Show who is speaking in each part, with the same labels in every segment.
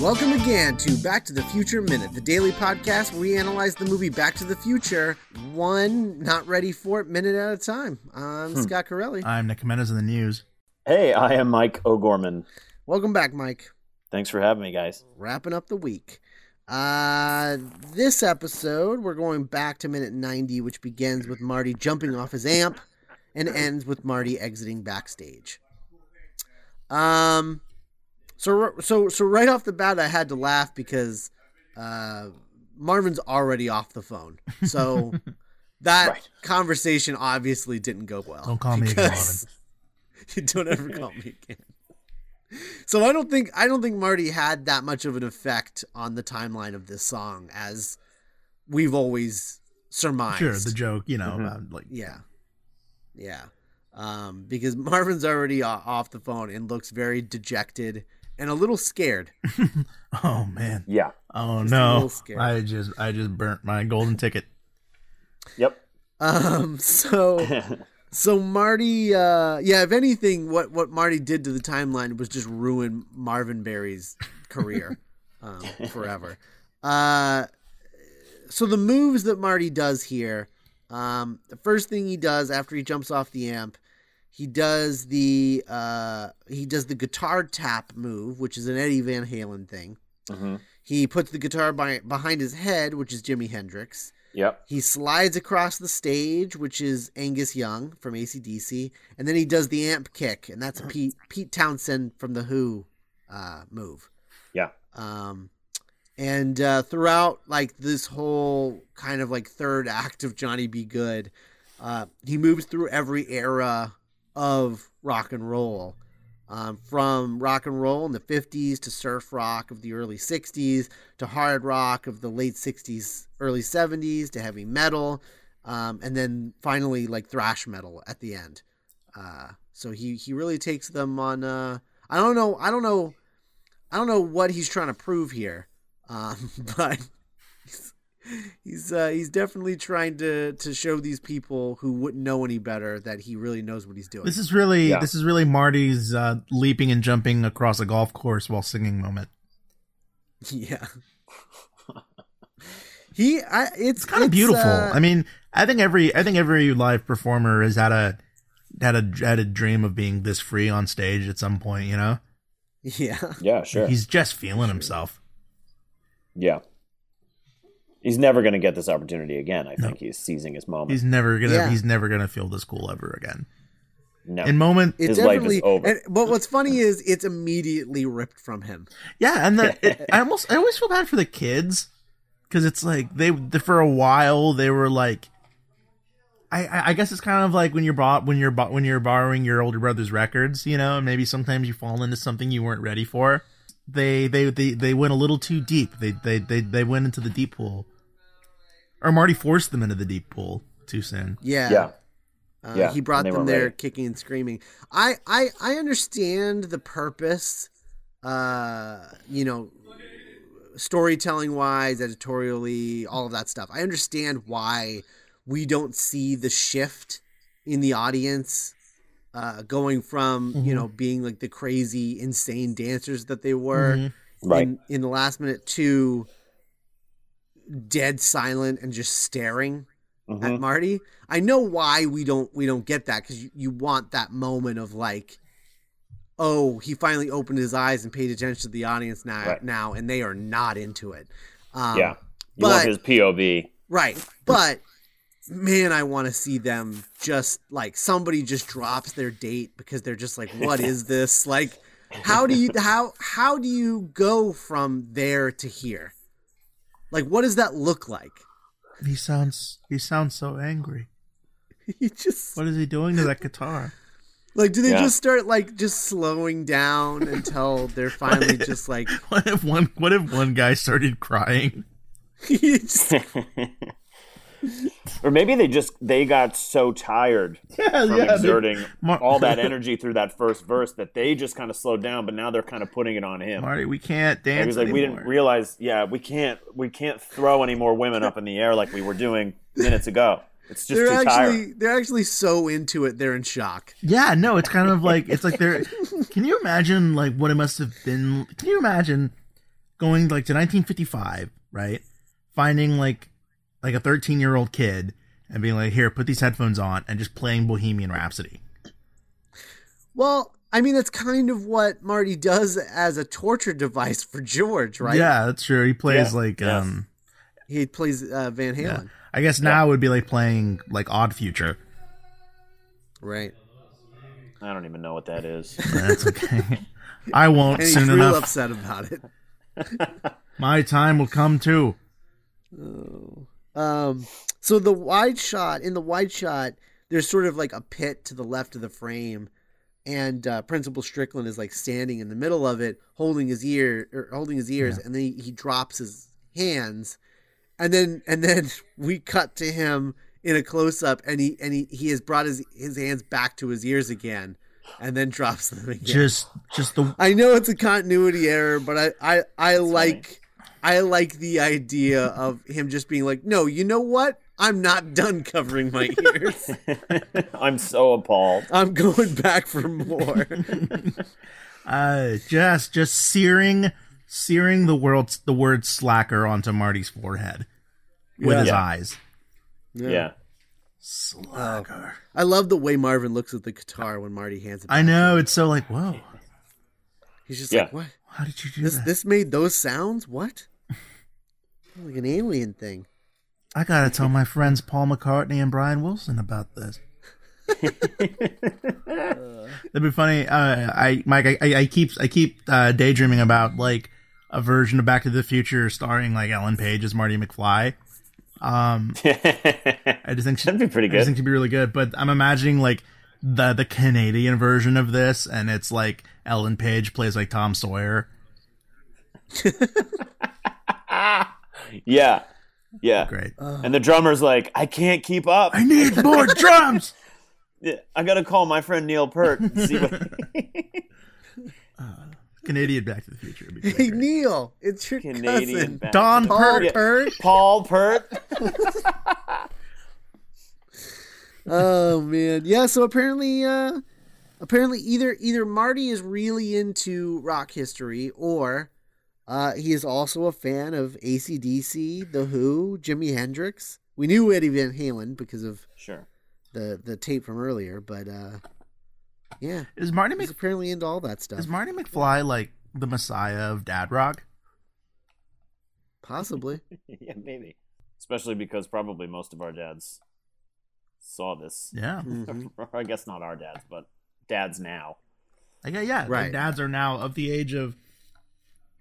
Speaker 1: Welcome again to Back to the Future Minute, the daily podcast where we analyze the movie Back to the Future one not ready for it minute at a time. I'm Scott Corelli.
Speaker 2: I'm Nick Jimenez in the news.
Speaker 3: Hey, I am Mike O'Gorman.
Speaker 1: Welcome back, Mike.
Speaker 3: Thanks for having me, guys.
Speaker 1: Wrapping up the week. Uh, this episode, we're going back to minute 90, which begins with Marty jumping off his amp and ends with Marty exiting backstage. Um, so so so right off the bat, I had to laugh because uh, Marvin's already off the phone, so that
Speaker 3: Right.
Speaker 1: conversation obviously didn't go well.
Speaker 2: Don't call me again,
Speaker 1: because- You don't ever call me again. So I don't think I don't think Marty had that much of an effect on the timeline of this song as we've always surmised.
Speaker 2: Sure, the joke, you know,
Speaker 3: Mhm.
Speaker 2: about like
Speaker 1: Mm-hmm. Yeah. Yeah. Um, because Marvin's already o- off the phone and looks very dejected and a little scared.
Speaker 2: oh man,
Speaker 3: Yeah.
Speaker 2: oh
Speaker 1: Just a little
Speaker 2: no,
Speaker 1: scared.
Speaker 2: I just I just burnt my golden ticket.
Speaker 3: Yep. Mm-hmm.
Speaker 1: Um, so so Marty uh yeah, if anything what what Marty did to the timeline was just ruin Marvin Berry's career um forever. Uh so the moves that Marty does here, um the first thing he does after he jumps off the amp, he does the uh he does the guitar tap move, which is an Eddie Van Halen thing.
Speaker 3: hmm
Speaker 1: He puts the guitar by, behind his head, which is Jimi Hendrix.
Speaker 3: Yep.
Speaker 1: He slides across the stage, which is Angus Young from ACDC, and then he does the amp kick, and that's a Pete Pete Townsend from the Who uh, move.
Speaker 3: Yeah.
Speaker 1: Um, and uh, throughout like this whole kind of like third act of Johnny Be Good, uh, he moves through every era of rock and roll, um, from rock and roll in the '50s to surf rock of the early '60s to hard rock of the late 60s, early 70s to heavy metal, um, and then finally like thrash metal at the end. Uh, so he he really takes them on. Uh, I don't know. I don't know. I don't know what he's trying to prove here, um, but he's he's, uh, he's definitely trying to to show these people who wouldn't know any better that he really knows what he's doing.
Speaker 2: This is really
Speaker 3: Yeah.
Speaker 2: this is really Marty's uh, leaping and jumping across a golf course while singing moment.
Speaker 1: yeah. He, I, it's
Speaker 2: Kind of beautiful.
Speaker 1: uh,
Speaker 2: I mean, I think every I think every live performer has had a had a had a dream of being this free on stage at some point. You know,
Speaker 1: yeah.
Speaker 3: Yeah, sure.
Speaker 2: he's just feeling himself.
Speaker 3: yeah. He's never going to get this opportunity again. I think he's seizing his moment.
Speaker 2: He's never gonna
Speaker 1: Yeah.
Speaker 2: he's never gonna feel this cool ever again.
Speaker 3: no.
Speaker 2: In moment,
Speaker 1: It
Speaker 3: His life is
Speaker 1: definitely,
Speaker 3: over.
Speaker 1: And, but what's funny is it's immediately ripped from him.
Speaker 2: Yeah, and the, it, I almost I always feel bad for the kids because it's like they the, for a while they were like, I- I I guess it's kind of like when you're bought when you're bought when you're borrowing your older brother's records, you know, and maybe sometimes you fall into something you weren't ready for. They they they, they went a little too deep. They, they they they went into the deep pool, or Marty forced them into the deep pool too soon.
Speaker 1: Yeah.
Speaker 3: yeah.
Speaker 1: Uh,
Speaker 3: Yeah,
Speaker 1: he brought
Speaker 3: and they
Speaker 1: them
Speaker 3: weren't
Speaker 1: there
Speaker 3: ready.
Speaker 1: kicking and screaming. I, I I understand the purpose, uh, you know, storytelling wise, editorially, all of that stuff. I understand why we don't see the shift in the audience uh, going from you know being like the crazy, insane dancers that they were.
Speaker 2: Mhm.
Speaker 3: Right.
Speaker 1: in, in the last minute to dead silent and just staring
Speaker 3: Mhm.
Speaker 1: at Marty. I know why we don't we don't get that because you, you want that moment of like, oh, he finally opened his eyes and paid attention to the audience now
Speaker 3: Right.
Speaker 1: now, and they are not into it. Um,
Speaker 3: yeah. You
Speaker 1: but-
Speaker 3: want his POV.
Speaker 1: Right. But man, I want to see them just like somebody just drops their date because they're just like, what is this? Like, how do you how how do you go from there to here? Like, what does that look like?
Speaker 2: He sounds he sounds so angry.
Speaker 1: You just
Speaker 2: What is he doing to that guitar?
Speaker 1: like do they
Speaker 3: Yeah.
Speaker 1: just start like just slowing down until they're finally just like
Speaker 2: What if one what if one guy started crying?
Speaker 1: you just-
Speaker 3: Or maybe they just they got so tired
Speaker 2: Yeah,
Speaker 3: from exerting
Speaker 2: Mar-
Speaker 3: all that energy through that first verse that they just kind of slowed down, but now they're kind of putting it on him.
Speaker 2: Marty, we can't
Speaker 3: He
Speaker 2: dance
Speaker 3: was like, we
Speaker 2: anymore.
Speaker 3: didn't realize. Yeah, we can't. We can't throw any more women up in the air like we were doing minutes ago. It's just
Speaker 1: they're
Speaker 3: too
Speaker 1: actually
Speaker 3: tiring.
Speaker 1: they're actually so into it they're in shock.
Speaker 2: yeah, no, it's kind of like it's like they're. Can you imagine like what it must have been? Can you imagine going like to 1955, right? Finding like like a 13 year old kid and being like, here, put these headphones on and just playing Bohemian Rhapsody.
Speaker 1: Well, I mean, that's kind of what Marty does as a torture device for George, right?
Speaker 2: Yeah, that's true. He plays
Speaker 3: Yeah.
Speaker 2: like
Speaker 3: Yes.
Speaker 2: um,
Speaker 1: He plays uh, Van Halen,
Speaker 2: yeah. I guess now it would be like playing like Odd Future.
Speaker 1: right?
Speaker 3: I don't even know what that is.
Speaker 2: That's okay. I won't
Speaker 1: And he's
Speaker 2: soon
Speaker 1: real
Speaker 2: enough.
Speaker 1: upset about it.
Speaker 2: My time will come too.
Speaker 1: Um, so the wide shot in the wide shot, there's sort of like a pit to the left of the frame, and uh, Principal Strickland is like standing in the middle of it, holding his ear or holding his ears, and then he, he drops his hands, and then and then we cut to him in a close up, and he and he, he has brought his his hands back to his ears again, and then drops them again.
Speaker 2: Just just the
Speaker 1: I know it's a continuity error, but I I, I like I like the idea of him just being like, no, you know what? I'm not done covering my ears.
Speaker 3: I'm so appalled.
Speaker 1: I'm going back for more.
Speaker 2: uh just just searing searing the world the word slacker onto Marty's forehead with
Speaker 1: Yeah.
Speaker 2: his
Speaker 3: Yeah.
Speaker 2: eyes.
Speaker 3: Yeah.
Speaker 2: Slacker.
Speaker 1: I love the way Marvin looks at the guitar when Marty hands it.
Speaker 2: I know it's so like whoa.
Speaker 1: He's just
Speaker 3: Yeah.
Speaker 1: like, what?
Speaker 2: How did you do
Speaker 1: This
Speaker 2: that?
Speaker 1: this made those sounds? What? Like an alien thing.
Speaker 2: I gotta tell my friends Paul McCartney and Brian Wilson about this. That'd be funny. Uh, I Mike, I- I, I keep I keep uh, daydreaming about like a version of Back to the Future starring like Ellen Page as Marty McFly. Um, I just think she,
Speaker 3: That'd be pretty
Speaker 2: I
Speaker 3: good.
Speaker 2: just think she'd be really good. But I'm imagining like the the Canadian version of this, and it's like Ellen Page plays like Tom Sawyer.
Speaker 3: yeah. Yeah.
Speaker 2: Great.
Speaker 1: Uh.
Speaker 3: And the drummer's like, I can't keep up.
Speaker 2: Oh, I need more drums.
Speaker 3: Yeah, I gotta call my friend Neil Pert and see what
Speaker 2: Canadian Back to the Future. would be
Speaker 1: Hey
Speaker 2: great.
Speaker 1: Neil, it's your
Speaker 3: Canadian
Speaker 1: cousin.
Speaker 3: back-
Speaker 2: Don
Speaker 1: Paul
Speaker 2: Pert.
Speaker 1: Pert.
Speaker 3: Paul Pert.
Speaker 1: oh man yeah so apparently uh apparently either either marty is really into rock history or uh he is also a fan of acdc the who jimi hendrix we knew eddie van halen because of
Speaker 3: Sure.
Speaker 1: the the tape from earlier but uh yeah
Speaker 2: Is Marty
Speaker 1: he's
Speaker 2: Mc,
Speaker 1: apparently into all that stuff
Speaker 2: is Marty McFly like the Messiah of Dad Rock?
Speaker 1: possibly
Speaker 3: Yeah, maybe. Especially because probably most of our dads saw this.
Speaker 2: Yeah.
Speaker 1: Mhm.
Speaker 3: Or I guess not our dads, but dads now.
Speaker 2: I guess, yeah. Right.
Speaker 1: Right.
Speaker 2: Dads are now of the age of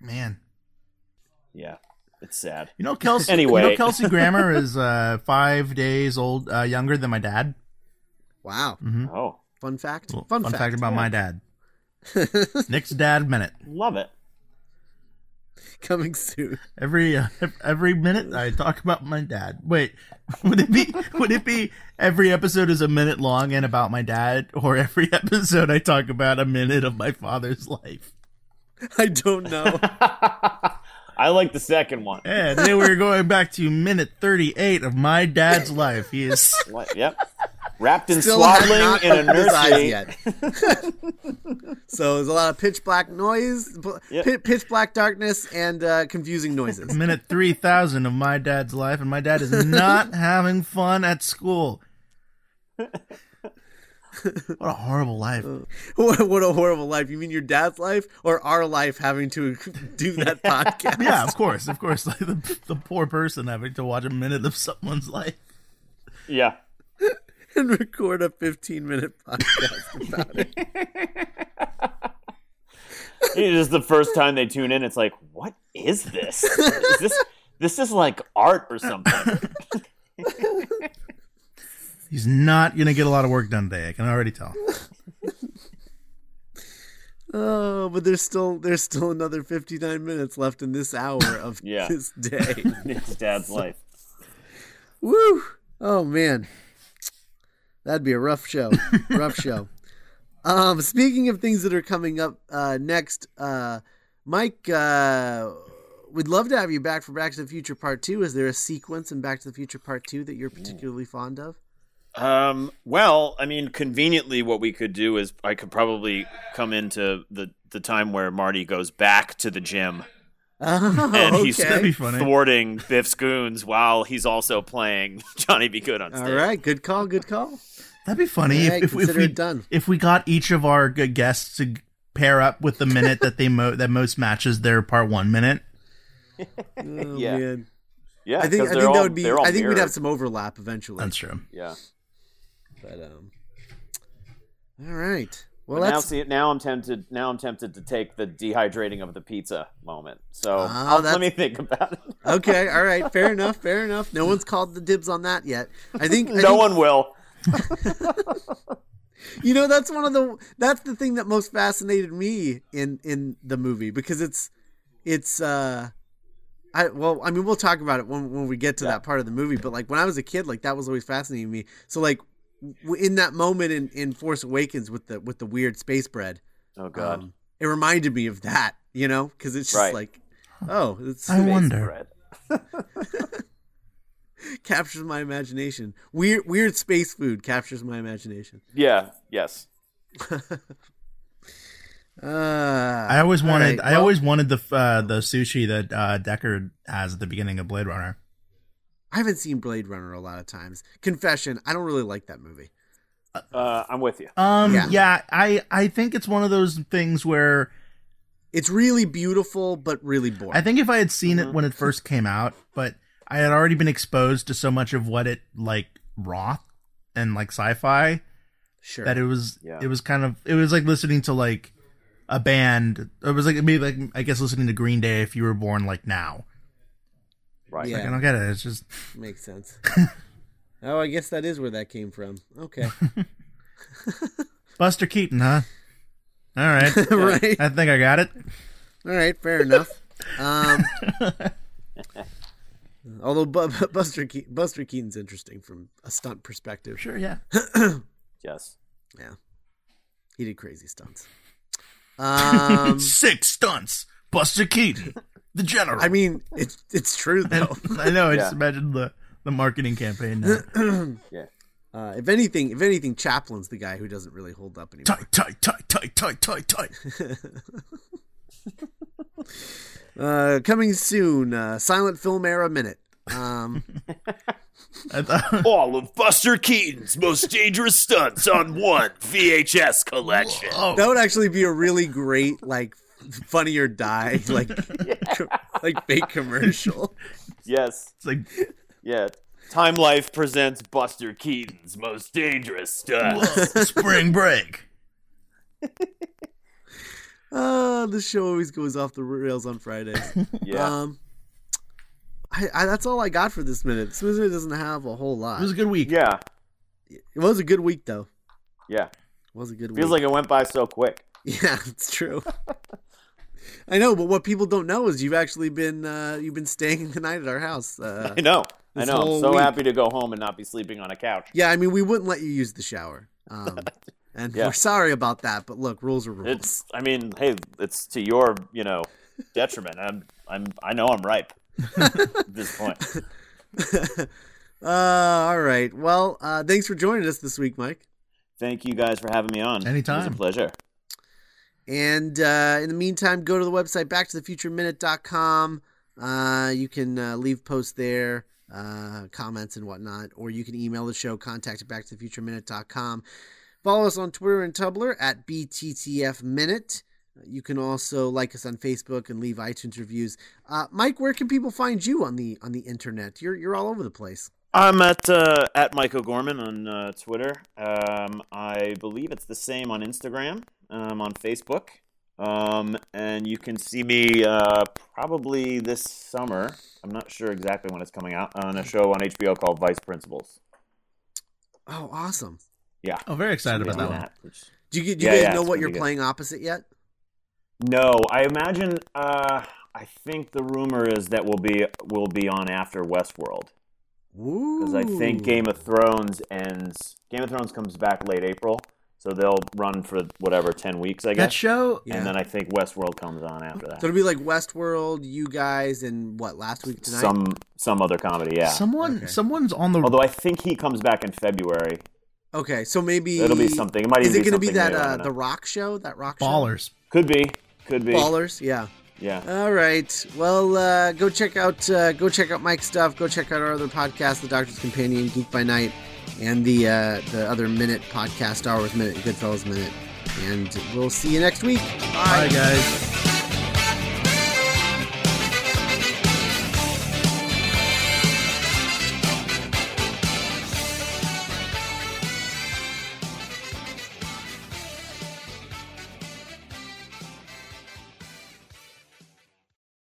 Speaker 2: man.
Speaker 3: Yeah. It's sad.
Speaker 2: You know Kelsey.
Speaker 3: Anyway.
Speaker 2: you know Kelsey Grammer is uh, five days old, uh, younger than my dad.
Speaker 1: wow
Speaker 2: Mm-hmm.
Speaker 3: Oh,
Speaker 1: fun fact
Speaker 2: Well,
Speaker 1: fun,
Speaker 2: fact,
Speaker 1: fact,
Speaker 2: about my dad. Nick's dad minute.
Speaker 3: love it.
Speaker 1: coming soon
Speaker 2: Every uh, ev- every minute I talk about my dad. Wait, would it be would it be every episode is a minute long and about my dad, or every episode I talk about a minute of my father's life?
Speaker 1: i don't know
Speaker 3: I like the second one.
Speaker 2: And then we're going back to minute thirty eight of my dad's life. He is
Speaker 3: Li- Yep. Wrapped in
Speaker 1: Still have
Speaker 3: swaddling
Speaker 1: not
Speaker 3: in a
Speaker 1: opened his eyes
Speaker 3: nursery.
Speaker 1: yet. so there's a lot of pitch black noise, bl-
Speaker 3: Yep.
Speaker 1: pi- pitch black darkness, and uh, confusing noises.
Speaker 2: minute three thousand of my dad's life, and my dad is not having fun at school. What a horrible life.
Speaker 1: what what a horrible life! You mean your dad's life or our life having to do that podcast?
Speaker 2: Yeah, of course, of course. Like the, the poor person having to watch a minute of someone's life.
Speaker 3: Yeah.
Speaker 1: and record a 15 minute podcast.
Speaker 3: It is the first time they tune in. It's like, what is this? Is this this is like art or something?
Speaker 2: He's not going to get a lot of work done today. I can already tell.
Speaker 1: oh, but there's still there's still another 59 minutes left in this hour of
Speaker 3: Yeah.
Speaker 1: this day.
Speaker 3: It's dad's life.
Speaker 1: Woo! Oh man, that'd be a rough show. rough show. Um, speaking of things that are coming up uh, next, uh, Mike, uh, we'd love to have you back for Back to the Future Part Two. Is there a sequence in Back to the Future Part Two that you're particularly fond of?
Speaker 3: Um, well, I mean, conveniently, what we could do is I could probably come into the the time where Marty goes back to the gym
Speaker 1: Oh,
Speaker 3: and
Speaker 1: okay.
Speaker 3: he's
Speaker 2: That'd be funny.
Speaker 3: thwarting Biff's goons while he's also playing Johnny Be Good on stage.
Speaker 1: All right, good call, good call.
Speaker 2: That'd be funny
Speaker 1: All right,
Speaker 2: if, if, if
Speaker 1: consider
Speaker 2: we
Speaker 1: it done.
Speaker 2: if we got each of our good guests to pair up with the minute that they mo- that most matches their part one minute.
Speaker 1: Oh,
Speaker 3: Yeah.
Speaker 1: man.
Speaker 3: Yeah,
Speaker 1: I think I think
Speaker 3: 'cause they're all-
Speaker 1: that would be.
Speaker 3: they're all
Speaker 1: I think we'd have
Speaker 3: mirrored.
Speaker 1: some overlap eventually.
Speaker 2: That's true.
Speaker 3: Yeah.
Speaker 1: But um, all right. Well,
Speaker 3: But now
Speaker 1: that's
Speaker 3: see, now I'm tempted. Now I'm tempted to take the dehydrating of the pizza moment. So
Speaker 1: Ah,
Speaker 3: I'll-
Speaker 1: that's-
Speaker 3: let me think about it.
Speaker 1: okay. All right. Fair enough. Fair enough. No one's called the dibs on that yet. I think I
Speaker 3: no
Speaker 1: think-
Speaker 3: one will.
Speaker 1: You know, that's one of the that's the thing that most fascinated me in in the movie because it's it's uh I well, I mean, we'll talk about it when when we get to
Speaker 3: Yeah.
Speaker 1: that part of the movie, but like when I was a kid, like that was always fascinating to me. So like w- in that moment in in Force Awakens with the with the weird space bread,
Speaker 3: Oh God.
Speaker 1: um, it reminded me of that, you know, cuz it's just
Speaker 3: Right.
Speaker 1: like oh, it's
Speaker 2: I
Speaker 3: Base
Speaker 2: wonder.
Speaker 3: bread.
Speaker 1: captures my imagination. Weird weird space food captures my imagination.
Speaker 3: Yeah. Yes.
Speaker 1: Uh
Speaker 2: I always
Speaker 1: all
Speaker 2: wanted.
Speaker 1: right,
Speaker 2: I
Speaker 1: well-
Speaker 2: always wanted the uh, the sushi that uh, Deckard has at the beginning of Blade Runner.
Speaker 1: I haven't seen Blade Runner a lot of times. Confession, I don't really like that movie.
Speaker 3: Uh, I'm with you.
Speaker 2: Um,
Speaker 1: Yeah.
Speaker 2: yeah. I I think it's one of those things where
Speaker 1: It's really beautiful, but really boring.
Speaker 2: I think if I had seen it when it first came out, but I had already been exposed to so much of what it like raw and like sci-fi
Speaker 1: sure.
Speaker 2: that it was
Speaker 3: Yeah.
Speaker 2: it was kind of it was like listening to like a band. It was like maybe like I guess listening to Green Day if you were born like now.
Speaker 3: Right.
Speaker 1: Yeah.
Speaker 2: I don't get it. It's just
Speaker 1: makes sense. oh, I guess that is where that came from. Okay,
Speaker 2: Buster Keaton, huh? All right.
Speaker 1: right.
Speaker 2: I think I got it.
Speaker 1: All right, fair enough. Um, although Bu- Bu- Buster Ke- Buster Keaton's interesting from a stunt perspective.
Speaker 2: Sure, yeah.
Speaker 3: Yes.
Speaker 1: He did crazy stunts. Um,
Speaker 2: Six stunts. Buster Keaton, the general.
Speaker 1: I mean, it's it's true
Speaker 2: I
Speaker 1: though.
Speaker 2: I know. I just
Speaker 3: Yeah.
Speaker 2: imagine the the marketing campaign. Now.
Speaker 3: Yeah.
Speaker 1: Uh, if anything, if anything, Chaplin's the guy who doesn't really hold up anymore.
Speaker 2: tight, tight, tight, tight, tight, tight, tight.
Speaker 1: Uh, coming soon, uh, silent film era minute. Um,
Speaker 2: I thought,
Speaker 3: All of Buster Keaton's most dangerous stunts on one VHS collection.
Speaker 2: oh,
Speaker 1: that would actually be a really great, like, funny or die, like, co- like fake commercial.
Speaker 3: Yes.
Speaker 2: it's like
Speaker 3: Yeah. Time Life presents Buster Keaton's most dangerous stunts.
Speaker 2: whoa, spring break.
Speaker 1: Uh, the show always goes off the rails on Fridays.
Speaker 3: Yeah.
Speaker 1: Um, I, I that's all I got for this minute. This minute doesn't have a whole lot.
Speaker 2: It was a good week.
Speaker 3: Yeah.
Speaker 1: It was a good week, though.
Speaker 3: Yeah.
Speaker 1: It was a good
Speaker 3: Feels
Speaker 1: week.
Speaker 3: like it went by so quick.
Speaker 1: yeah, it's true. I know, but what people don't know is you've actually been uh, you've been staying the night at our house. Uh,
Speaker 3: I know. I
Speaker 1: This
Speaker 3: know. I'm
Speaker 1: whole
Speaker 3: so
Speaker 1: week.
Speaker 3: happy to go home and not be sleeping on a couch.
Speaker 1: Yeah, I mean, we wouldn't let you use the shower. Um, and
Speaker 3: Yeah.
Speaker 1: we're sorry about that, but look, rules are rules.
Speaker 3: It's. I mean, hey, it's to your, you know, detriment. I'm. I'm. I know I'm ripe at this point.
Speaker 1: uh, all right. Well, uh, thanks for joining us this week, Mike.
Speaker 3: Thank you guys for having me on. It was
Speaker 2: Anytime.
Speaker 3: a pleasure.
Speaker 1: And uh, in the meantime, go to the website backtothefutureminute.com. Uh, you can uh, leave posts there, uh, comments and whatnot, or you can email the show, contact at backtothefutureminute.com. Follow us on Twitter and Tumblr at BTTF Minute. You can also like us on Facebook and leave iTunes reviews. Uh, Mike, where can people find you on the on the internet? You're you're all over the place.
Speaker 3: I'm at uh, at Mike O'Gorman on uh, Twitter. Um, I believe it's the same on Instagram, um, on Facebook, um, and you can see me uh, probably this summer. I'm not sure exactly when it's coming out on a show on HBO called Vice Principals.
Speaker 1: Oh, awesome!
Speaker 2: Oh, very excited about that one.
Speaker 3: Which-
Speaker 1: Do you, do you
Speaker 3: Yeah,
Speaker 1: guys
Speaker 3: yeah,
Speaker 1: know
Speaker 3: it's
Speaker 1: what
Speaker 3: gonna
Speaker 1: you're
Speaker 3: be good.
Speaker 1: playing opposite yet?
Speaker 3: No, I imagine. Uh, I think the rumor is that we'll be will be on after Westworld because I think Game of Thrones ends. Game of Thrones comes back late April, so they'll run for whatever ten weeks, I
Speaker 2: That
Speaker 3: guess.
Speaker 2: show.
Speaker 1: Yeah.
Speaker 3: And then I think Westworld comes on after that.
Speaker 1: So it'll be like Westworld, you guys, and what last week tonight?
Speaker 3: Some some other comedy, yeah.
Speaker 2: Someone,
Speaker 1: Okay.
Speaker 2: someone's on the.
Speaker 3: Although I think he comes back in February.
Speaker 1: Okay, so maybe
Speaker 3: It'll be something. It might
Speaker 1: Is
Speaker 3: even
Speaker 1: it
Speaker 3: be
Speaker 1: going to
Speaker 3: something
Speaker 1: be that
Speaker 3: new, I
Speaker 1: uh,
Speaker 3: don't
Speaker 1: the
Speaker 3: know.
Speaker 1: Rock show? That Rock
Speaker 2: ballers.
Speaker 3: Could be, could be.
Speaker 1: show? Ballers, yeah.
Speaker 3: Yeah.
Speaker 1: All right. Well, uh, go check out uh, go check out Mike's stuff. Go check out our other podcast, The Doctor's Companion, Geek by Night, and the uh, the other Minute podcast, Star Wars Minute, Goodfellas Minute. And we'll see you next week.
Speaker 2: Bye, guys.